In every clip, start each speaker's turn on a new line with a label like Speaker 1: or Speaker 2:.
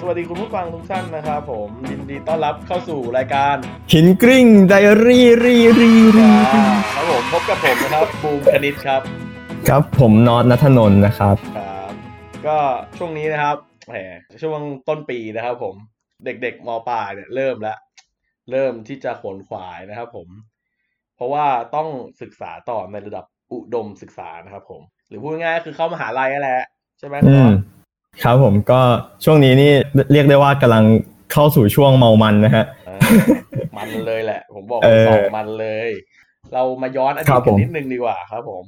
Speaker 1: สวัสดีคุณผู้ฟังทุกท่านนะครับผมยินดีต้อนรับเข้าสู่รายการ
Speaker 2: หินกริ้งไดอารี่รีรีรี
Speaker 1: อ่าครับผมพบกับผมนะครับบูมคณิตครับ
Speaker 2: ครับผมนอตนัทนนท์นะครับ
Speaker 1: ครับก็ช่วงนี้นะครับแหมช่วงต้นปีนะครับผมเด็กๆมปลายเนี่ยเริ่มแล้วเริ่มที่จะขวนขวายนะครับผมเพราะว่าต้องศึกษาต่อในระดับอุดมศึกษานะครับผม หรือพูดง่ายๆคือเข้ามหาลัยนั่นแหละใช่ไหม
Speaker 2: อื
Speaker 1: ค
Speaker 2: ม
Speaker 1: รับ
Speaker 2: ครับผมก็ช่วงนี้นี่เรียกได้ว่ากำลังเข้าสู่ช่วงเมามันนะฮะ
Speaker 1: เออมันเลยแหละ ผมบอก
Speaker 2: เออ
Speaker 1: สองมันเลย เรามาย้อนอดี
Speaker 2: ครั
Speaker 1: ต
Speaker 2: บผ
Speaker 1: กัน
Speaker 2: ม
Speaker 1: นิดนึงดีกว่าครับผม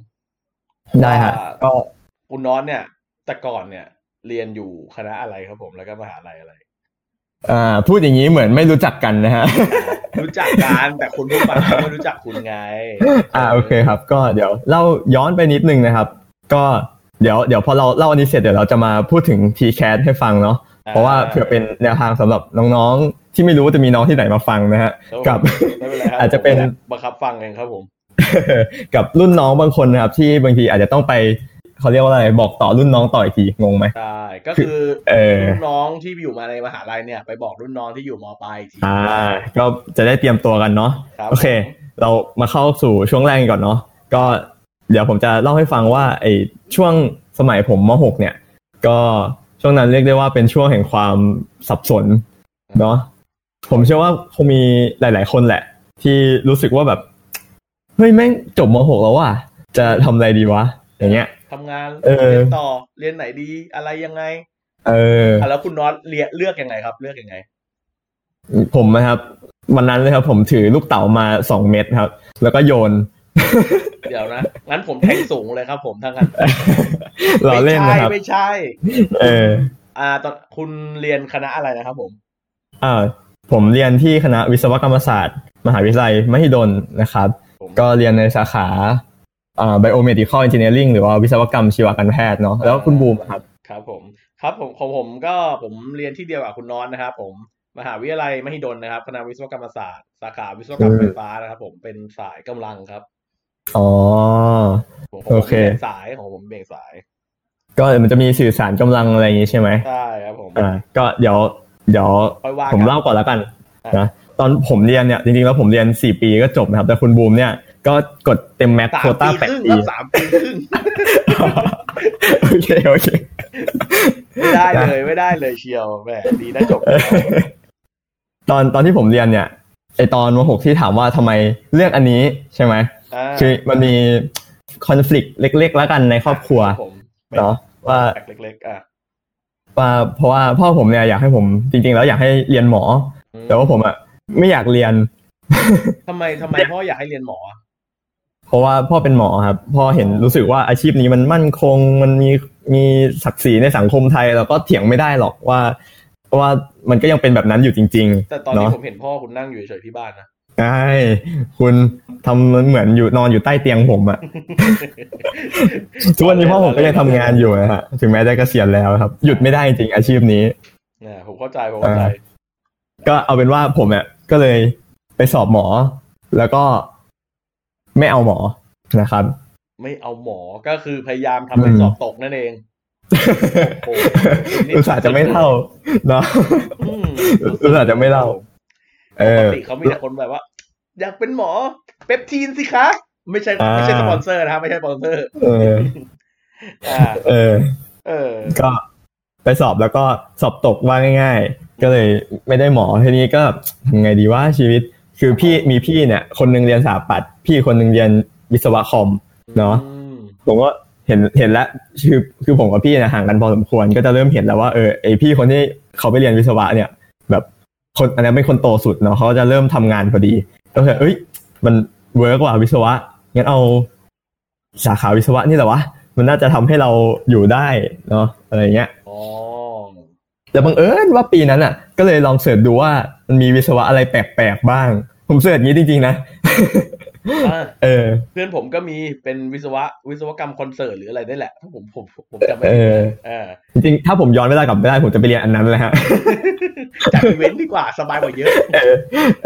Speaker 2: ได้ฮะก็
Speaker 1: คุณน้อนเนี่ย แต่ก่อนเนี่ย เรียนอยู่คณะอะไรครับผมแล้วก็มหาลัยอะไร
Speaker 2: อ่าพูดอย่างนี้เหมือนไม่รู้จักกันนะฮะ
Speaker 1: รู้จักกันแต่คุณผู้ฟังเขาไม่รู้จักคุณไง
Speaker 2: อ่าโอเคครับ ก็เดี๋ยวเล่าย้อนไปนิดนึงนะครับ ก็เดี๋ยวเดี๋ยวพอเราเล่าอันนี้เสร็จเดี๋ยวเราจะมาพูดถึง t c a s ให้ฟังเนาะเพราะว่าเผื่อเป็นแนวทางสำหรับน้องๆ ที่ไม่รู้ว่าจะมีน้องที่ไหนมาฟังนะฮะ
Speaker 1: ครับ
Speaker 2: กับ
Speaker 1: ไม่เป็นไรครับ
Speaker 2: อาจจะเป็น
Speaker 1: บังคับฟังเองครับผม
Speaker 2: กับรุ่นน้องบางคนนะครับที่บางทีอาจจะต้องไปเขาเรียกว่าอะไรบอกต่อรุ่นน้องต่ออีกทีงงไหม
Speaker 1: ใช่ ก็คือ
Speaker 2: เออ
Speaker 1: รุ่นน้องที่อยู่มาในมหาลัยเนี่ย ไปบอกรุ่นน้องที่อยู่มปลายอีกที
Speaker 2: อ่า ก็จะได้เตรียมตัวกันเนาะ
Speaker 1: ครับ
Speaker 2: โอเค เรามาเข้าสู่ช่วงแรกกันก่อนเนาะก็เดี๋ยวผมจะเล่าให้ฟังว่าไอ้ช่วงสมัยผมมหกเนี่ย ก็ช่วงนั้นเรียกได้ว่าเป็นช่วงแห่งความสับสนเนาะผมเชื่อว่าคงมีหลาย ๆ คนแหละ ที่รู้สึกว่าแบบเฮ้ยแม่งจบมหกแล้วว่ะจะทำอะไรดีวะอย่างเงี้ย
Speaker 1: ทำงาน
Speaker 2: เออ
Speaker 1: เรียนต่อเรียนไหนดีอะไรยังไง
Speaker 2: เออ
Speaker 1: อ่ะแล้วคุณน็อตเลือกเลือกยังไงครับ เลือกยังไง
Speaker 2: ผมนะครับวันนั้นเลยครับ ผมถือลูกเต๋ามาสองเม็ดครับ แล้วก็โยน
Speaker 1: เดี๋ยวนะงั้นผมแทงสูงเลยครับ ผมทั้างนั้น
Speaker 2: เราเล่นนะครับ
Speaker 1: ไม่ใช่ไม่ใช่
Speaker 2: เออ
Speaker 1: อ่าตอนคุณเรียนคณะอะไรนะครับ ผม
Speaker 2: อ่าผมเรียนที่คณะวิศวกรรมศาสตร์ มหาวิทยาลัยมหิดลนะครับ
Speaker 1: ผม
Speaker 2: ก็เรียนในสาขาอ่า biomedical engineering หรือว่าวิศวกรรมชีวการแพทย์เนาะแล้วคุณบูมครับ
Speaker 1: ครับ ผม ครับ ผมของผมก็ผมเรียนที่เดียวกับคุณน็อตนะครับ ผมมหาวิทยาลัยมหิดลนะครับ คณะวิศวกรรมศาสตร์สาขาวิศวกรรม
Speaker 2: อืม
Speaker 1: ไฟฟ้านะครับ ผมเป็นสายกำลังครับ
Speaker 2: อ๋อ
Speaker 1: ผมผม
Speaker 2: โอเค
Speaker 1: แบ่งสายของผมแบ่งสาย
Speaker 2: ก็มันจะมีสื่อสารกำลังอะไรอย่างงี้ใช่ไหม
Speaker 1: ใช่ครับ ผม
Speaker 2: อ่า ก็เดี๋ยวเดี๋ยว
Speaker 1: ค่อยว่า
Speaker 2: ผม
Speaker 1: กัน
Speaker 2: เล่าก่อนแล้วกัน
Speaker 1: อ่ะ
Speaker 2: นะตอนผมเรียนเนี่ยจริงๆแล้วผมเรียน 4 ปีก็จบนะครับ แต่คุณบูมเนี่ยก็กดเต็มแม็ก
Speaker 1: สาม
Speaker 2: โคต้า
Speaker 1: ปี
Speaker 2: แปด
Speaker 1: ครึ่งค
Speaker 2: ปี
Speaker 1: รับสามปีครึ่ง
Speaker 2: โอเคโอเค
Speaker 1: ไม่ได้เลยไม่ได้เลยเชียวแหมดีนะจบ
Speaker 2: ตอนตอนที่ผมเรียนเนี่ยไอตอนมหกที่ถามว่าทำไมเลือกอันนี้ใช่ไหม
Speaker 1: อ่า
Speaker 2: คือมันมีคอน FLICT เล็ก ๆ แล้วกันในครอบครัว
Speaker 1: ครับผม
Speaker 2: เนาะว่า
Speaker 1: แปลกเล็กๆอ่ะ
Speaker 2: ว่าเพราะว่าพ่อผมเนี่ยอยากให้ผมจริง ๆ แล้วอยากให้เรียนหมอ
Speaker 1: อืม
Speaker 2: แต่ว่าผมอ่ะไม่อยากเรียน
Speaker 1: ทำไมทำไมพ่ออยากให้เรียนหมออ่ะ
Speaker 2: เพราะว่าพ่อเป็นหมอครับพ่อเห็นรู้สึกว่าอาชีพนี้มันมั่นคง มันมีมีศักดิ์ศรีในสังคมไทยแล้วก็เถียงไม่ได้หรอกว่าว่ามันก็ยังเป็นแบบนั้นอยู่จริงๆ
Speaker 1: แต่ตอนนี้
Speaker 2: เนาะ
Speaker 1: ผมเห็นพ่อคุณนั่งอยู่เฉยๆที่บ้านนะ
Speaker 2: ใช่คุณทำมันเหมือนอยู่นอนอยู่ใต้เตียงผม อะ ทุกวันนี้พ่อผมก็ยังทำงานอยู่นะฮะถึงแม้จะเกษียณแล้วครับ หยุดไม่ได้จริงอาชีพนี้
Speaker 1: เนี่ยผมเข้าใจผมเข้าใจ
Speaker 2: ก็เอาเป็นว่าผมเนี่ยก็เลยไปสอบหมอ แล้วก็ไม่เอาหมอนะครับ
Speaker 1: ไม่เอาหมอก็คือพยายามทำให้
Speaker 2: อืม
Speaker 1: สอบตกนั่นเองโอ้โหนี่
Speaker 2: อุตส่าห์จะไม่เล่าเนาะ
Speaker 1: อืม
Speaker 2: อุตส่าห์จะไม่เล่า เอ
Speaker 1: ป
Speaker 2: อ
Speaker 1: กติเขามีแต่คนแบบว่า อยากเป็นหมอเปปทีนสิคะ ไม่ใช่
Speaker 2: อ่า
Speaker 1: ไม่ใช่สปอนเซอร์นะครับไม่ใช่สปอนเซอร์
Speaker 2: เออ
Speaker 1: อ่า
Speaker 2: เออ
Speaker 1: เออ
Speaker 2: ก็ไปสอบแล้วก็สอบตกว่าง่าย ๆ ก็เลยไม่ได้หมอทีนี้ก็ทำไงดีว่าชีวิต คือพี่มีพี่เนี่ย คนหนึงเรียนสถาปัตย์พี่คนหนึงเรียนวิศวะคอม เนาะ
Speaker 1: อืม
Speaker 2: ผมก็เห็นเห็นแล้วคือคือผมกับพี่เนยห่างกันพอสมควรก็จะเริ่มเห็นแล้วว่าเออไอพี่คนที่เขาไปเรียนวิศวะเนี่ย แบบคนอันนั้นเป็นคนโตสุดเนาะเขาก็จะเริ่มทำงานพอดีก็เลยเอ้ย มันเวิร์กว่าวิศวะงั้นเอาสาขาวิศวะนี่แหละวะมันน่าจะทำให้เราอยู่ได้เนาะอะไรเงี้ย
Speaker 1: อ๋อ
Speaker 2: แต่บังเอิญว่าปีนั้นอ่ะ ก็เลยลองเสิร์ชดูว่ามันมีวิศวะอะไรแปลกๆบ้าง ผมเสิร์ชอย่างนี้จริงๆนะ
Speaker 1: อ่ะ
Speaker 2: เออ
Speaker 1: เพื่อนผมก็มีเป็นวิศวะวิศวกรรมคอนเสิร์ตหรืออะไรได้แหละถ้าผมผมผมจำไม่
Speaker 2: เอ
Speaker 1: ผิด
Speaker 2: อ
Speaker 1: เออ
Speaker 2: จริงๆถ้าผมย้อนเวลากลับไปได้ผมจะไปเรียนอันนั้นแหละฮะ
Speaker 1: จัดอีเวนต์ดีกว่าสบายกว่าเยอะ
Speaker 2: เออ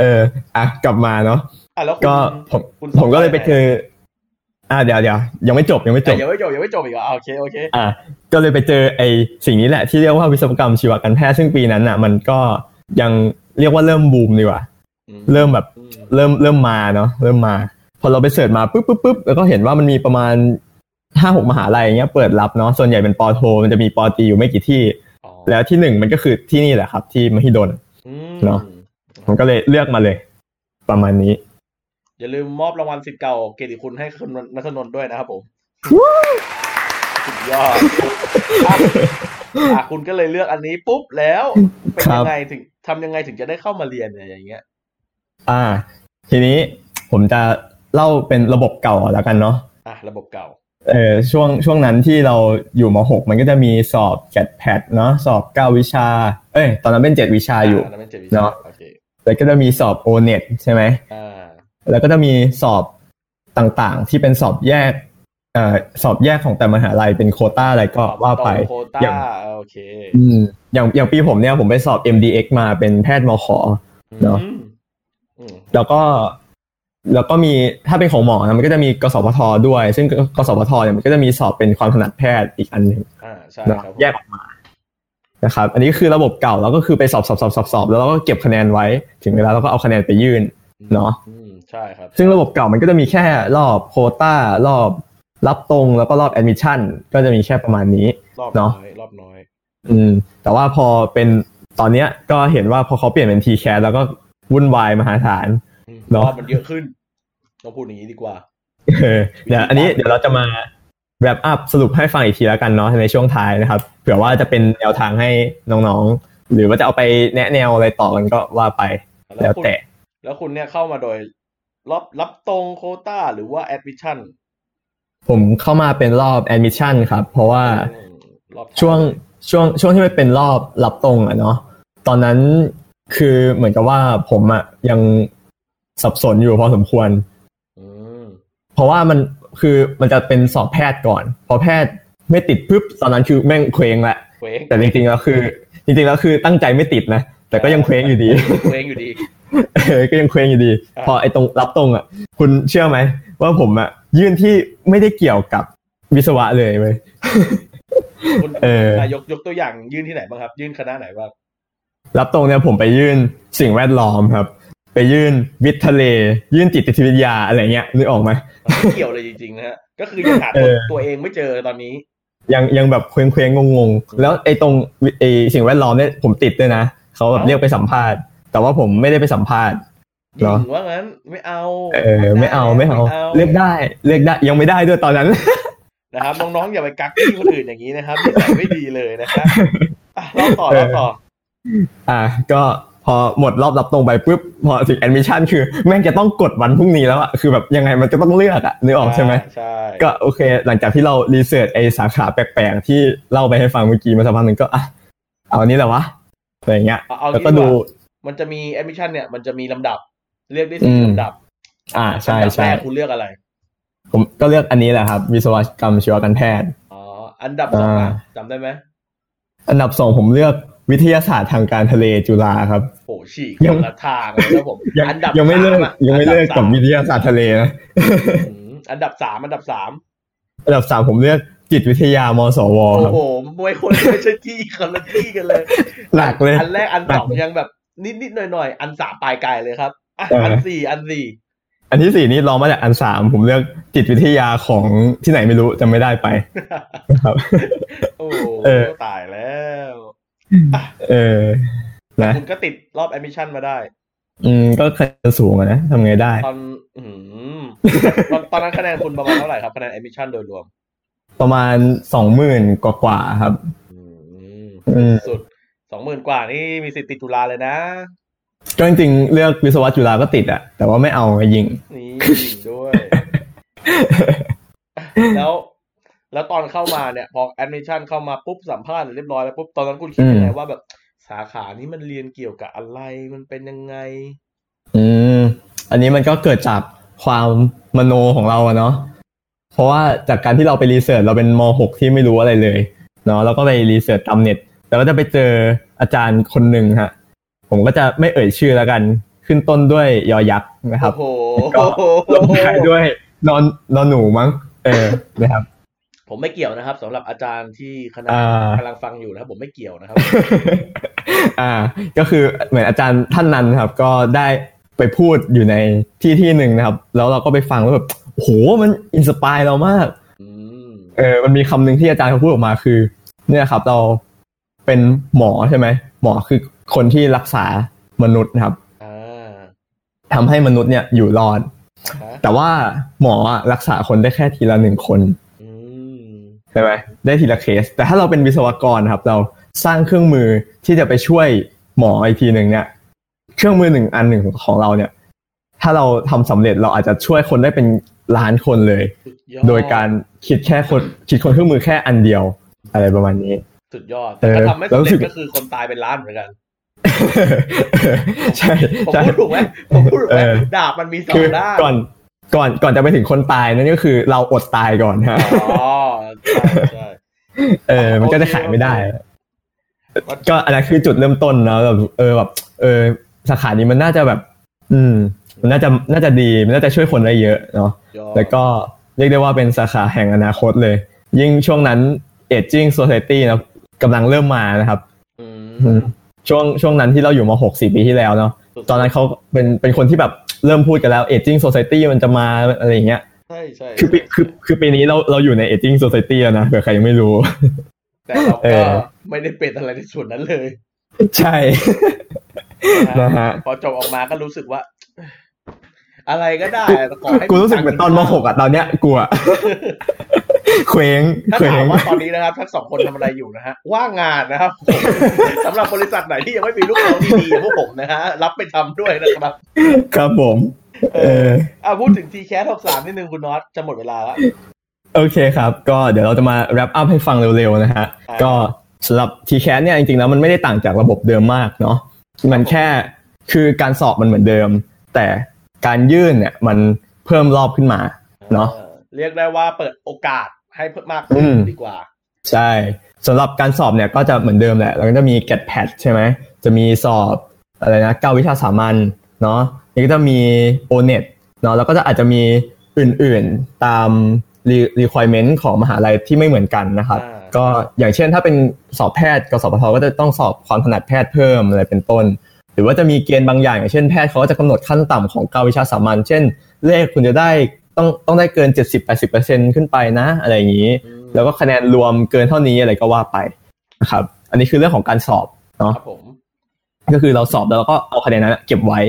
Speaker 2: เออ อ่ะ กลับมาเนาะ
Speaker 1: อ่ะแล้วคุณ
Speaker 2: ก็ผม
Speaker 1: คุณสอบ
Speaker 2: ผมก็เลยไปเจอ อ่าเดี๋ยวเดี๋ยวยังไม่จบยังไม่จ
Speaker 1: แต่
Speaker 2: บ
Speaker 1: ยังไม่จบยังไม่จบอีกเหรออ่ะโอเคโอเค
Speaker 2: อ่า ก็เลยไปเจอไอ้สิ่งนี้แหละที่เรียกว่าวิศวกรรมชีวการแพทย์ซึ่งปีนั้นน่ะ มันก็ยังเรียกว่าเริ่มบูมดีกว่า
Speaker 1: อืม
Speaker 2: เริ่มแบบ
Speaker 1: อืม
Speaker 2: เริ่มเริ่มมาเนาะเริ่มมา พอเราไปเสิร์ชมาปุ๊บปุ๊บปุ๊บแล้วก็เห็นว่ามันมีประมาณห้าหกมหาลัยอย่างเงี้ยเปิดรับเนาะส่วนใหญ่เป็นปอโท มันจะมีปอตรีอยู่ไม่กี่ที่
Speaker 1: อ๋อ
Speaker 2: แล้วที่หนึ่งมันก็คือที่นี่แหละครับ ที่มหิดล
Speaker 1: อืม
Speaker 2: เนอะ ผมก็เลยเลือกมาเลย ประมาณนี้
Speaker 1: อย่าลืมมอบรางวัลสิทธิ์เก่าเกียรติคุณให้คุณนัทนนท์ด้วยนะครับผมสุดยอดอ่ะอ่ะคุณก็เลยเลือกอันนี้ปุ๊บแล้วเป็น
Speaker 2: ครั
Speaker 1: ยั
Speaker 2: บ
Speaker 1: งไงถึงทำยังไงถึงจะได้เข้ามาเรียนเนี่ยอย่างเงี้ย
Speaker 2: อ่า ทีนี้ผมจะเล่าเป็นระบบเก่าแล้วกันเนาะ
Speaker 1: อ่ะระบบเก่า
Speaker 2: เออช่วงช่วงนั้นที่เราอยู่ม .6 มันก็จะมีสอบแกดแพดเนาะสอบ 9 วิชา เอ้ย ตอนนั้นเป็น 7 วิชาอยู่
Speaker 1: แล้วเป็นเจ็ดวิ
Speaker 2: เน
Speaker 1: ชา
Speaker 2: อะ
Speaker 1: โอเค
Speaker 2: แล้วก็จะมีสอบ o n e t ใช่ไหม
Speaker 1: อ่า
Speaker 2: แล้วก็จะมีสอบต่างๆ ที่เป็นสอบแยกเอ่อสอบแยกของแต่มหาลัยเป็นโควต้าอะไรก็ว่าไป
Speaker 1: ตรงโคว
Speaker 2: อย่า
Speaker 1: ต้าง โอเค
Speaker 2: อืมอย่างอย่างปีผมเนี่ย ผมไปสอบ MDX มาเป็นแพทย์มข เนอะ
Speaker 1: อืมอืม
Speaker 2: แล้วก็แล้วก็มีถ้าเป็นของหมอนะมันก็จะมีกสพทด้วย ซึ่งกสพทเนี่ยมันก็จะมีสอบเป็นความถนัดแพทย์อีกอันหนึ่ง
Speaker 1: อ่าใช่
Speaker 2: นะครั
Speaker 1: ผ
Speaker 2: บ
Speaker 1: ม
Speaker 2: แยกออกมานะครับ อันนี้คือระบบเก่าเราก็คือไปสอบสอบสอบสอบสอบแล้วเราก็เก็บคะแนนไว้ ถึงเวลาเราก็เอาคะแนนไปยื่น เนอะ
Speaker 1: อืมใช่ครับ
Speaker 2: ซึ่งระบบเก่ามันก็จะมีแค่รอบโควต้ารอบรับตรงแล้วก็รอบแอดมิชชั่นก็จะมีแค่ประมาณนี้
Speaker 1: รอบ
Speaker 2: เน
Speaker 1: น้
Speaker 2: อะ
Speaker 1: อยรอบน้อย
Speaker 2: อืมแต่ว่าพอเป็นตอนเนี้ยก็เห็นว่าพอเขาเปลี่ยนเป็นทีแคสแล้วก็วุ่นวายมหาศาล
Speaker 1: อืม
Speaker 2: เนอะ
Speaker 1: รอบมันเยอะขึ้นต้องพูดอย่างนี้ดีกว่า
Speaker 2: เออเดี๋ยวอันนี้เดี๋ยวเราจะมา wrap up สรุปให้ฟังอีกทีแล้วกันเนาะในช่วงท้ายนะครับ เผื่อว่าจะเป็นแนวทางให้น้องๆ หรือว่าจะเอาไปแนะแนวอะไรต่อกันก็ว่าไป แล้ว
Speaker 1: คุณ
Speaker 2: แต่
Speaker 1: แล้วคุณเนี่ยเข้ามาโดยรับรับตรงโควต้าหรือว่าแอดมิชชั่น
Speaker 2: ผมเข้ามาเป็นรอบ admission ครับ เพราะว่า
Speaker 1: อบ
Speaker 2: ช่วงช่วงช่วงที่มันเป็นรอบรับตรงอะเนาะตอนนั้นคือเหมือนกับว่าผมอะยังสับสนอยู่พอสมควร
Speaker 1: อืม
Speaker 2: เพราะว่ามันคือมันจะเป็นสอบแพทย์ก่อน พอแพทย์ไม่ติดปุ๊บตอนนั้นคือแม่งเคว้งละ
Speaker 1: เคว้ง
Speaker 2: แต่จริงๆแล้วคือจริงๆแล้วคือตั้งใจไม่ติดนะ แต่ก็ยังเคว้งอยู่ดี
Speaker 1: เคว้งอยู่ดี
Speaker 2: เออก็ยังเคว้งอยู่ดี
Speaker 1: อ่า
Speaker 2: พอไอ้ตรงรับตรงอ่ะ คุณเชื่อไหม ว่าผมอ่ะ ยื่นที่ไม่ได้เกี่ยวกับวิศวะเลยเว้ย
Speaker 1: คุณ
Speaker 2: เออ
Speaker 1: นายกยกตัวอย่างยื่นที่ไหนบ้างครับ ยื่นคณะไหนบ้าง
Speaker 2: รับตรงเนี่ยผมไปยื่นสิ่งแวดล้อมครับ ไปยื่นวิทย์ทะเล ยื่นจิตวิทยาอะไรเงี้ยนึกออกไหม
Speaker 1: ไม่เกี่ยวเลยจริงๆนะฮะก็คือยังหา
Speaker 2: เอ
Speaker 1: ตัว
Speaker 2: อ
Speaker 1: ตัวเองไม่เจอตอนนี้
Speaker 2: ยังยังแบบเคว้งเคว้งงงๆ แล้วไอ้ตรงวิไอ้สิ่งแวดล้อมเนี่ยผมติดด้วยนะเขาแบบเรียกไปสัมภาษณ์ แต่ว่าผมไม่ได้ไปสัมภาษณ์
Speaker 1: หญิ
Speaker 2: เนอะ
Speaker 1: งว่างั้นไม่เอา
Speaker 2: เออไม่เอาไม่เอาเลือกได้เลือกได้ยังไม่ได้ด้วยตอนนั้น
Speaker 1: นะครับ น้องๆอย่าไปกักที่คนอื่นอย่างนี้นะครับนิสัยไม่ดีเลยนะครับอ่ะเล่าต่อ
Speaker 2: เออ
Speaker 1: เล่าต่อ
Speaker 2: อ่าก็พอหมดรอบรับตรงไปปุ๊บพอถึงแอดมิชชั่นคือแม่งจะต้องกดวันพรุ่งนี้แล้วอะคือแบบยังไงมันก็ต้องเลือกอะนึกออกใช่ไหม
Speaker 1: ใช่
Speaker 2: ก็โอเค หลังจากที่เรารีเสิร์ชไอสาขาแปลกๆ ที่เล่าไปให้ฟังเมื่อกี้มาสักพักหนึ่งก็อ่ะเอาอันนี้แหละวะอะไรอย่างเงี้ย
Speaker 1: เอาเอา
Speaker 2: แล้ว
Speaker 1: งี้
Speaker 2: ก็
Speaker 1: ดีก
Speaker 2: ดู
Speaker 1: ว่ามันจะมีแอดมิชชั่นเนี่ยมันจะมีลำดับ เลือกได้สี่
Speaker 2: อืม
Speaker 1: ลำดับ
Speaker 2: อ่าใช่
Speaker 1: ลำดับ
Speaker 2: ใช่
Speaker 1: แรกคุณเลือกอะไร
Speaker 2: ผมก็เลือกอันนี้แหละครับ วิศวกรรมชีวการแพทย์
Speaker 1: อ๋ออันดับสอง
Speaker 2: อ่า
Speaker 1: อ่ะจำได้ไหม
Speaker 2: อันดับสองผมเลือกวิทยาศาสตร์ทางการทะเลจุฬาครับ
Speaker 1: โหฉีก
Speaker 2: ยัง
Speaker 1: คนละทางเลยนะผม
Speaker 2: ยัง
Speaker 1: อันดับ
Speaker 2: ยังไม่เลิก
Speaker 1: สาอะ
Speaker 2: ยังไม่เลิกกับ
Speaker 1: อัน
Speaker 2: วิ
Speaker 1: ดับ
Speaker 2: ทยาศาสตร์ทะเลนะ
Speaker 1: สามอืมอันดับสามอันดับสาม
Speaker 2: อันดับสามผมเลือกจิตวิทยามสว
Speaker 1: โอ้
Speaker 2: ครับ
Speaker 1: โหมวยคนไม่ใช่ที่คนละที่กันเลย
Speaker 2: หลักเลย
Speaker 1: อันแรกอันสองยังแบบนิดนิดหน่อยหน่อยๆ อันสามปลายไกลเลยครับอ่ะ
Speaker 2: เอออั
Speaker 1: อันสี่อันสี่
Speaker 2: อันที่สี่นี่รองมาจากอันสามผมเลือกจิตวิทยาของที่ไหนไม่รู้จำไม่ได้ไปนะครับ
Speaker 1: โอ้โห
Speaker 2: เออ
Speaker 1: ตายแล้ว
Speaker 2: เออนะ
Speaker 1: คุณก็ติดรอบแอดมิชชั่นมาได้
Speaker 2: อืมก็คะแนนสูงอะนะทำไงได้
Speaker 1: ต อนอืมตอนตอนนั้นคะแนนคุณประมาณเท่าไหร่ครับคะแนนแอดมิชชั่นโดยรวม
Speaker 2: ประมาณสองหมื่นกว่าๆครับ
Speaker 1: อืม
Speaker 2: อืม
Speaker 1: สุดสองหมื่นกว่านี่มีสิทธิ์ติดจุฬาเลยนะ
Speaker 2: ก็จริงๆเลือกวิศวะจุฬาก็ติดอะแต่ว่าไม่เอาไงยิง
Speaker 1: นี่จริงด้วย แล้ว แล้วตอนเข้ามาเนี่ย พอแอดมิชชั่นเข้ามาปุ๊บสัมภาษณ์เรียบร้อยแล้วปุ๊บตอนนั้นคุณคิดยังไง
Speaker 2: อืม
Speaker 1: ว่าแบบสาขานี้มันเรียนเกี่ยวกับอะไรมันเป็นยังไง
Speaker 2: อืมอันนี้มันก็เกิดจากความมโนของเราอะเนาะเพราะว่าจากการที่เราไปรีเสิร์ชเราเป็นม .6 ที่ไม่รู้อะไรเลยเนาะแล้วก็ไปรีเสิร์ชตามเน็ตแล้วก็จะไปเจออาจารย์คนหนึ่งฮะ ผมก็จะไม่เอ่ยชื่อแล้วกัน ขึ้นต้นด้วยยอยักษ์นะครับ
Speaker 1: โอ้โห
Speaker 2: ก็ ลงท้ายด้วยนอนนอนหนูมั้งเออนะครับ
Speaker 1: ผมไม่เกี่ยวนะครับสำหรับอาจารย์ที่คณะ
Speaker 2: อ่า
Speaker 1: กำลังฟังอยู่นะครับผมไม่เกี่ยว นะครับ
Speaker 2: อ่า ก็คือเหมือนอาจารย์ท่านนั้นครับ ก็ได้ไปพูดอยู่ในที่ที่หนึ่งนะครับ แล้วเราก็ไปฟังแล้วแบบโอ้โหมันอินสปายเรามาก
Speaker 1: อืม
Speaker 2: เออมันมีคำหนึ่งที่อาจารย์เขาพูดออกมาคือ เนี่ยครับ เราเป็นหมอใช่ไหมหมอคือคนที่รักษามนุษย์นะครับ
Speaker 1: อ่า
Speaker 2: ทำให้มนุษย์เนี่ยอยู่รอด
Speaker 1: อ่าฮะ
Speaker 2: แต่ว่าหมออะรักษาคนได้แค่ทีละหนึ่งคน
Speaker 1: อืม
Speaker 2: ใช่ไหมได้ทีละเคส แต่ถ้าเราเป็นวิศวกรครับ เราสร้างเครื่องมือที่จะไปช่วยหมออีกทีหนึ่งเนี่ย เครื่องมือหนึ่งอันหนึ่งของเราเนี่ย ถ้าเราทำสำเร็จเราอาจจะช่วยคนได้เป็นล้านคนเลย
Speaker 1: สุดยอ
Speaker 2: โดยการคิดแค่คนคิดคนเครื่องมือแค่อันเดียว อะไรประมาณนี้
Speaker 1: สุดยอดแต่ถ้าทำไม่สำ
Speaker 2: เออแล้วรู้
Speaker 1: เร็
Speaker 2: สึ
Speaker 1: จ
Speaker 2: ก
Speaker 1: ก็คือคนตายเป็นล้านเหมือนกัน
Speaker 2: ใช่
Speaker 1: ผม
Speaker 2: ใช่
Speaker 1: พูดถูกไหมผมพูดถูกไหม
Speaker 2: เออ
Speaker 1: ดาบมันมีสอ
Speaker 2: คื
Speaker 1: ง
Speaker 2: อ
Speaker 1: ด้าน
Speaker 2: ก่อนก่อนก่อนจะไปถึงคนตายนั่นก็คือเราอดตายก่อนฮะ
Speaker 1: อ๋อใช่ใช่
Speaker 2: เออ มันก็จะขายไม่ได้
Speaker 1: มัน
Speaker 2: ก็อันนั้นคือจุดเริ่มต้นเนอะแบบเออแบบเออสาขานี้มันน่าจะแบบ อืม มันน่าจะน่าจะดีมันน่าจะช่วยคนได้เยอะเนาะ
Speaker 1: ยอด
Speaker 2: แล้วก็เรียกได้ว่าเป็นสาขาแห่งอนาคตเลย ยิ่งช่วงนั้น aging society เนอะกำลังเริ่มมานะครับ
Speaker 1: อื
Speaker 2: อื
Speaker 1: ม
Speaker 2: มช่วงช่วงนั้นที่เราอยู่มาหกสี่ปีที่แล้วเนาะตอนนั้นเขาเป็นเป็นคนที่แบบเริ่มพูดกันแล้ว aging society มันจะมาอะไรอย่างเงี้ย
Speaker 1: ใช่ใช่
Speaker 2: คือปีคือคือปีนี้เราเราอยู่ใน aging society แล้วนะเผื่อใครยังไม่รู้
Speaker 1: แต่เรา
Speaker 2: เอ
Speaker 1: ก็
Speaker 2: อ
Speaker 1: ไม่ได้เป็นอะไรในส่วนนั้นเลย
Speaker 2: ใช่
Speaker 1: นะ
Speaker 2: นะ
Speaker 1: ฮะ
Speaker 2: ฮะ
Speaker 1: พอจบออกมาก็รู้สึกว่า อะไรก็ได้แต่ขอให้
Speaker 2: กูรู้สึกเหมือนตอนมหกอ่ะตอนเนี้ยกูอะเคว้ง
Speaker 1: ถ้า
Speaker 2: เคว้
Speaker 1: ถาม
Speaker 2: ง
Speaker 1: ว่าตอนนี้นะครับ ทั้งสองคนทำอะไรอยู่นะฮะ ว่างงานนะครับ สำหรับบริษัทไหนที่ยังไม่มีลูกน้องดีๆอย่างพวกผมนะฮะ รับไปทำด้วยนะครับ
Speaker 2: ครับผม
Speaker 1: เอ
Speaker 2: เอ
Speaker 1: อ
Speaker 2: อ
Speaker 1: อ่ะพูดถึงทีแคสหกสามนิดนึงคุณน็อตจะหมดเวลาแล้ว
Speaker 2: โอเคครับ ก็เดี๋ยวเราจะมา wrap up ให้ฟังเร็วๆนะฮะ
Speaker 1: ครับ
Speaker 2: ก็สำหรับ t c a s เนี่ยจริงๆแล้วมันไม่ได้ต่างจากระบบเดิมมากเนาะมันแค่คือการสอบมันเหมือนเดิม แต่การยื่นเนี่ยมันเพิ่มรอบขึ้นมา เนาะ
Speaker 1: ออเรียกได้ว่าเปิดโอกาสให้เพิ่มมากขึ้น
Speaker 2: อืม
Speaker 1: ดีกว่า
Speaker 2: ใช่สำหรับการสอบเนี่ยก็จะเหมือนเดิมแหละ แล้วก็จะมี get pad ใช่ไหม จะมีสอบอะไรนะเก้าวิชาสามัญเนาะนี่ก็จะมี o n e t เนาะแล้วก็จะอาจจะมีอื่นๆตาม re- requirement ของมหาลัยที่ไม่เหมือนกันนะครับ
Speaker 1: อ่า
Speaker 2: ก็อย่างเช่นถ้าเป็นสอบแพทย์กสพทก็จะต้องสอบความถนัดแพทย์เพิ่มอะไรเป็นต้น หรือว่าจะมีเกณฑ์บางอย่างอย่างเช่นแพทย์เขาก็จะกำหนดขั้นต่ำของเก้าวิชาสามัญเช่น เลขคุณจะได้ต้องต้องได้เกิน 70-80%ขึ้นไปนะอะไรอย่างนี้
Speaker 1: อืม
Speaker 2: แล้วก็คะแนนรวมเกินเท่านี้อะไรก็ว่าไปนะครับ อันนี้คือเรื่องของการสอบเนาะ
Speaker 1: ครับผม
Speaker 2: ก็คือเราสอบแล้วเราก็เอาคะแนนนั้นเก็บไว้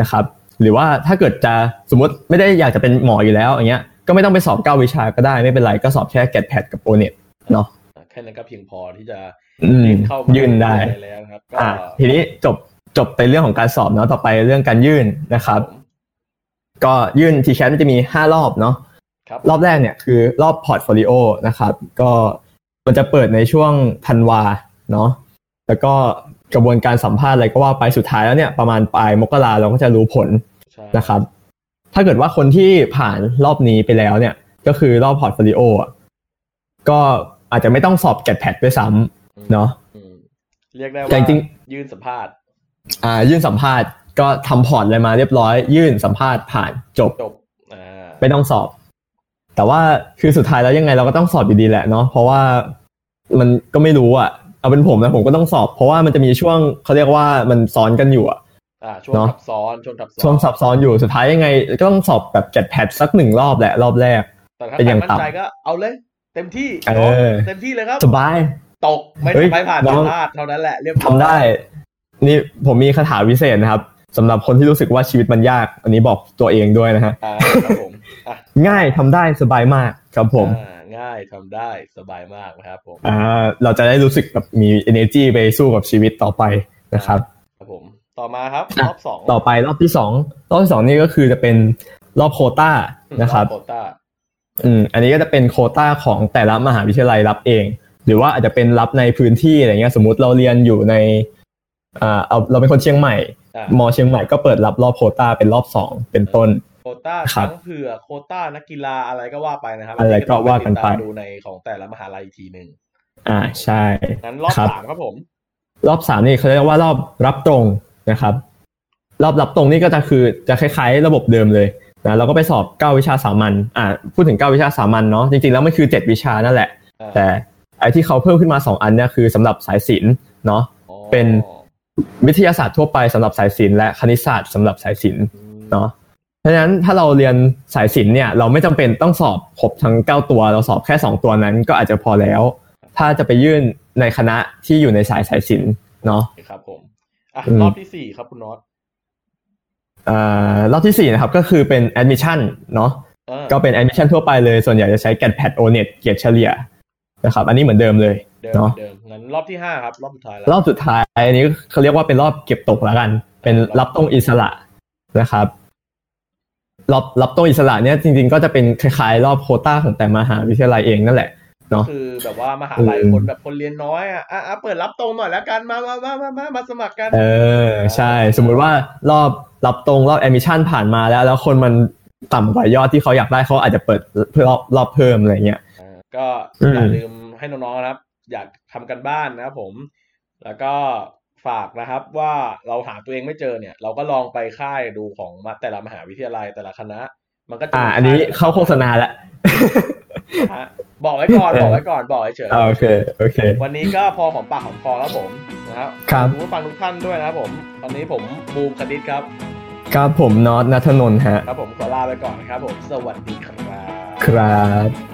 Speaker 2: นะครับ หรือว่าถ้าเกิดจะสมมติไม่ได้อยากจะเป็นหมออยู่แล้วอย่างเงี้ย ก็ไม่ต้องไปสอบเก้าวิชาก็ได้ไม่เป็นไรก็สอบแค่แกดแพดกับโอเน็ต เนาะ
Speaker 1: แค่นั้นก็เพียงพอที่จะ
Speaker 2: อืม
Speaker 1: ยื่นเข้ามายื่
Speaker 2: ยื่นได้
Speaker 1: แล้วนะครับ
Speaker 2: อ่า ทีนี้จบจบไปเรื่องของการสอบเนาะ ต่อไปเรื่องการยื่นนะครับ ก็ยื่นทีแคสมันจะมี 5 รอบเนาะ
Speaker 1: ครับ
Speaker 2: รอบแรกเนี่ยคือรอบพอร์ตโฟลิโอนะครับก็มันจะเปิดในช่วงธันวาเนาะแล้วก็กระบวนการสัมภาษณ์อะไรก็ว่าไปสุดท้ายแล้วเนี่ยประมาณปลายมกราเราก็จะรู้ผล
Speaker 1: ใช่
Speaker 2: นะครับ ถ้าเกิดว่าคนที่ผ่านรอบนี้ไปแล้วเนี่ยก็คือรอบพอร์ตโฟลิโออะก็อาจจะไม่ต้องสอบแกดแพดด้วยซ้ำเนาะ
Speaker 1: อืมเรียกได้ว่า
Speaker 2: แต่จริง
Speaker 1: ยื่นสัมภาษณ์
Speaker 2: อ่ายื่นสัมภาษณ์ก็ทำพอร์ตอะไรมาเรียบร้อย ยื่นสัมภาษณ์ผ่านจบ
Speaker 1: จบอ่า
Speaker 2: ไม่ต้องสอบ แต่ว่าคือสุดท้ายแล้วยังไงเราก็ต้องสอบอยู่ดีแหละเนาะ เพราะว่ามันก็ไม่รู้อะเอาเป็นผมนะผมก็ต้องสอบ เพราะว่ามันจะมีช่วงเขาเรียกว่ามันซ้อนกันอยู่อะ
Speaker 1: อ่าช่วง
Speaker 2: เนอะ
Speaker 1: ทับซ้อนช่วงทับซ้อน
Speaker 2: ช่วงซับซ้อนอยู่ สุดท้ายยังไงก็ต้องสอบแบบจัดแพทสักหนึ่งรอบแหละรอบแรก
Speaker 1: แต่ถ้า
Speaker 2: เป็นอย่าง
Speaker 1: ใครมั่นใจ
Speaker 2: ต่ำ
Speaker 1: ก็เอาเลย เต็มที่
Speaker 2: เออ
Speaker 1: เต็มที่เลยครับ
Speaker 2: สบาย
Speaker 1: ตกไม่
Speaker 2: เฮ้ย
Speaker 1: ไม่ผ่าน
Speaker 2: น้
Speaker 1: สั
Speaker 2: อง
Speaker 1: มภาษณ์เท่านั้นแหละเรียบร้อ
Speaker 2: ทำ
Speaker 1: ย
Speaker 2: ได้ นี่ผมมีคาถาวิเศษนะครับสำหรับคนที่รู้สึกว่าชีวิตมันยาก อันนี้บอกตัวเองด้วยนะฮะ
Speaker 1: อ่าครับผมอ่ะ
Speaker 2: ง่ายทำได้สบายมากครับผม
Speaker 1: อ่าง่ายทำได้สบายมากนะครับผม
Speaker 2: อ่า เราจะได้รู้สึกแบบมี energy ไปสู้กับชีวิตต่อไปนะครับ
Speaker 1: ครับผม ต่อมาครับรอบสอง
Speaker 2: ต่อไปรอบที่สองรอบที่สองนี่ก็คือจะเป็นรอบโควต้านะครับ
Speaker 1: โควต้า
Speaker 2: อืมอันนี้ก็จะเป็นโควต้าของแต่ละมหาวิทยาลัยรับเอง หรือว่าอาจจะเป็นรับในพื้นที่อะไรเงี้ยสมมติเราเรียนอยู่ในอ่าเอาเราเป็นคนเชียงใหม่
Speaker 1: อ่า
Speaker 2: มอเชียงใหม่ก็เปิดรับรอบโควต้าเป็นรอบสองเป็นต้น
Speaker 1: โควต้า
Speaker 2: ครับ
Speaker 1: ช้างเผือกโควต้านักกีฬาอะไรก็ว่าไปนะครับ
Speaker 2: อะไรก็ว่ากันไป
Speaker 1: ติดตมดูในของแต่ละมหาลัยอีกทีหนึ่ง
Speaker 2: อ่าใช่
Speaker 1: งั้นรอบ
Speaker 2: ครับ
Speaker 1: สามครับผม
Speaker 2: รอบสามนี่เขาเรียกว่ารอบรับตรงนะครับ รอบรับตรงนี่ก็จะคือจะคล้ายๆ ระบบเดิมเลย นะเราก็ไปสอบ9วิชาสามัญอ่าพูดถึง9วิชาสามัญเนาะจริงๆแล้วมันคือ 7 วิชานั่นแหละ
Speaker 1: อ่า
Speaker 2: แต่ไอ้ที่เขาเพิ่มขึ้นมา 2 อันเนี่ยคือสำหรับสายศิลป์เนาะ
Speaker 1: อ๋อ
Speaker 2: เป็น วิทยาศาสตร์ทั่วไปสำหรับสายศิลป์และคณิตศาสตร์สำหรับสายศิลป์
Speaker 1: อืม
Speaker 2: เนาะเพราะฉะนั้นถ้าเราเรียนสายศิลป์เนี่ยเราไม่จำเป็นต้องสอบครบทั้ง 9 ตัว เราสอบแค่ 2 ตัวนั้นก็อาจจะพอแล้ว ถ้าจะไปยื่นในคณะที่อยู่ในสายสายศิลป์เนาะ
Speaker 1: ครับผมอ่ะ
Speaker 2: อืม
Speaker 1: รอบที่สี่ครับคุณน็อต
Speaker 2: เอ่อรอบทีสี่4นะครับก็คือเป็น admission เนาะ
Speaker 1: เออ
Speaker 2: ก็เป็น admission ทั่วไปเลย ส่วนใหญ่จะใช้ GAT-PAT O-NET เกียรติเฉลี่ยนะครับ อันนี้เหมือนเดิมเลย
Speaker 1: เดิม
Speaker 2: เนอะ
Speaker 1: เดิมงั้นรอบที่ห้าครับ รอบสุดท้ายแล้ว
Speaker 2: รอบสุดท้ายอันนี้เขาเรียกว่าเป็นรอบเก็บตกแล้วกัน เป็นรับตรงอิสระนะครับ รอบรับตรงอิสระเนี่ยจริงๆ ก็จะเป็นคล้ายๆ รอบโควต้าของแต่มหาวิทยาลัยเองนั่นแหละ เนาะ
Speaker 1: คือแบบว่ามหาลัย
Speaker 2: เออ
Speaker 1: คนแบบคนเรียนน้อยอ่ะอ่ะอ่ะเปิดรับตรงหน่อยแล้วกันมามามามามามาสมัครกัน
Speaker 2: เออใช่ สมมุติว่ารอบรับตรงรอบแอมิชันผ่านมาแล้ว แล้วคนมันต่ำกว่ายอดที่เขาอยากได้เขาอาจจะเปิดเพื่อรอบรอบเพิ่มอะไรเงี้ย
Speaker 1: อ่าก็
Speaker 2: อืม
Speaker 1: อย่าลืมให้น้องๆนะครับ อยากทำกันบ้านนะครับผม แล้วก็ฝากนะครับว่าเราหาตัวเองไม่เจอเนี่ย เราก็ลองไปค่ายดูของมะแต่ละมหาวิทยาลัยแต่ละคณะ มันก็จะ
Speaker 2: อ่า
Speaker 1: มี
Speaker 2: อันนี้
Speaker 1: ค่ย
Speaker 2: เข้าโฆษณาละ
Speaker 1: นะฮะบอกไว้ก่อนบอกไว้ก่อนบอกไว้เฉย
Speaker 2: อ่าโอเค โอเค
Speaker 1: วันนี้ก็พอของปากของคอแล้วผมนะครับ
Speaker 2: ครับ
Speaker 1: ขอณผู้ฟังทุกท่านด้วยนะครับผมวันนี้ผมบูมคดิตครับ
Speaker 2: ครับผมน็อตนัทนนท์ฮะ
Speaker 1: ครับผมขอลาไปก่อนนะครับผมสวัสดีครับ
Speaker 2: ครับ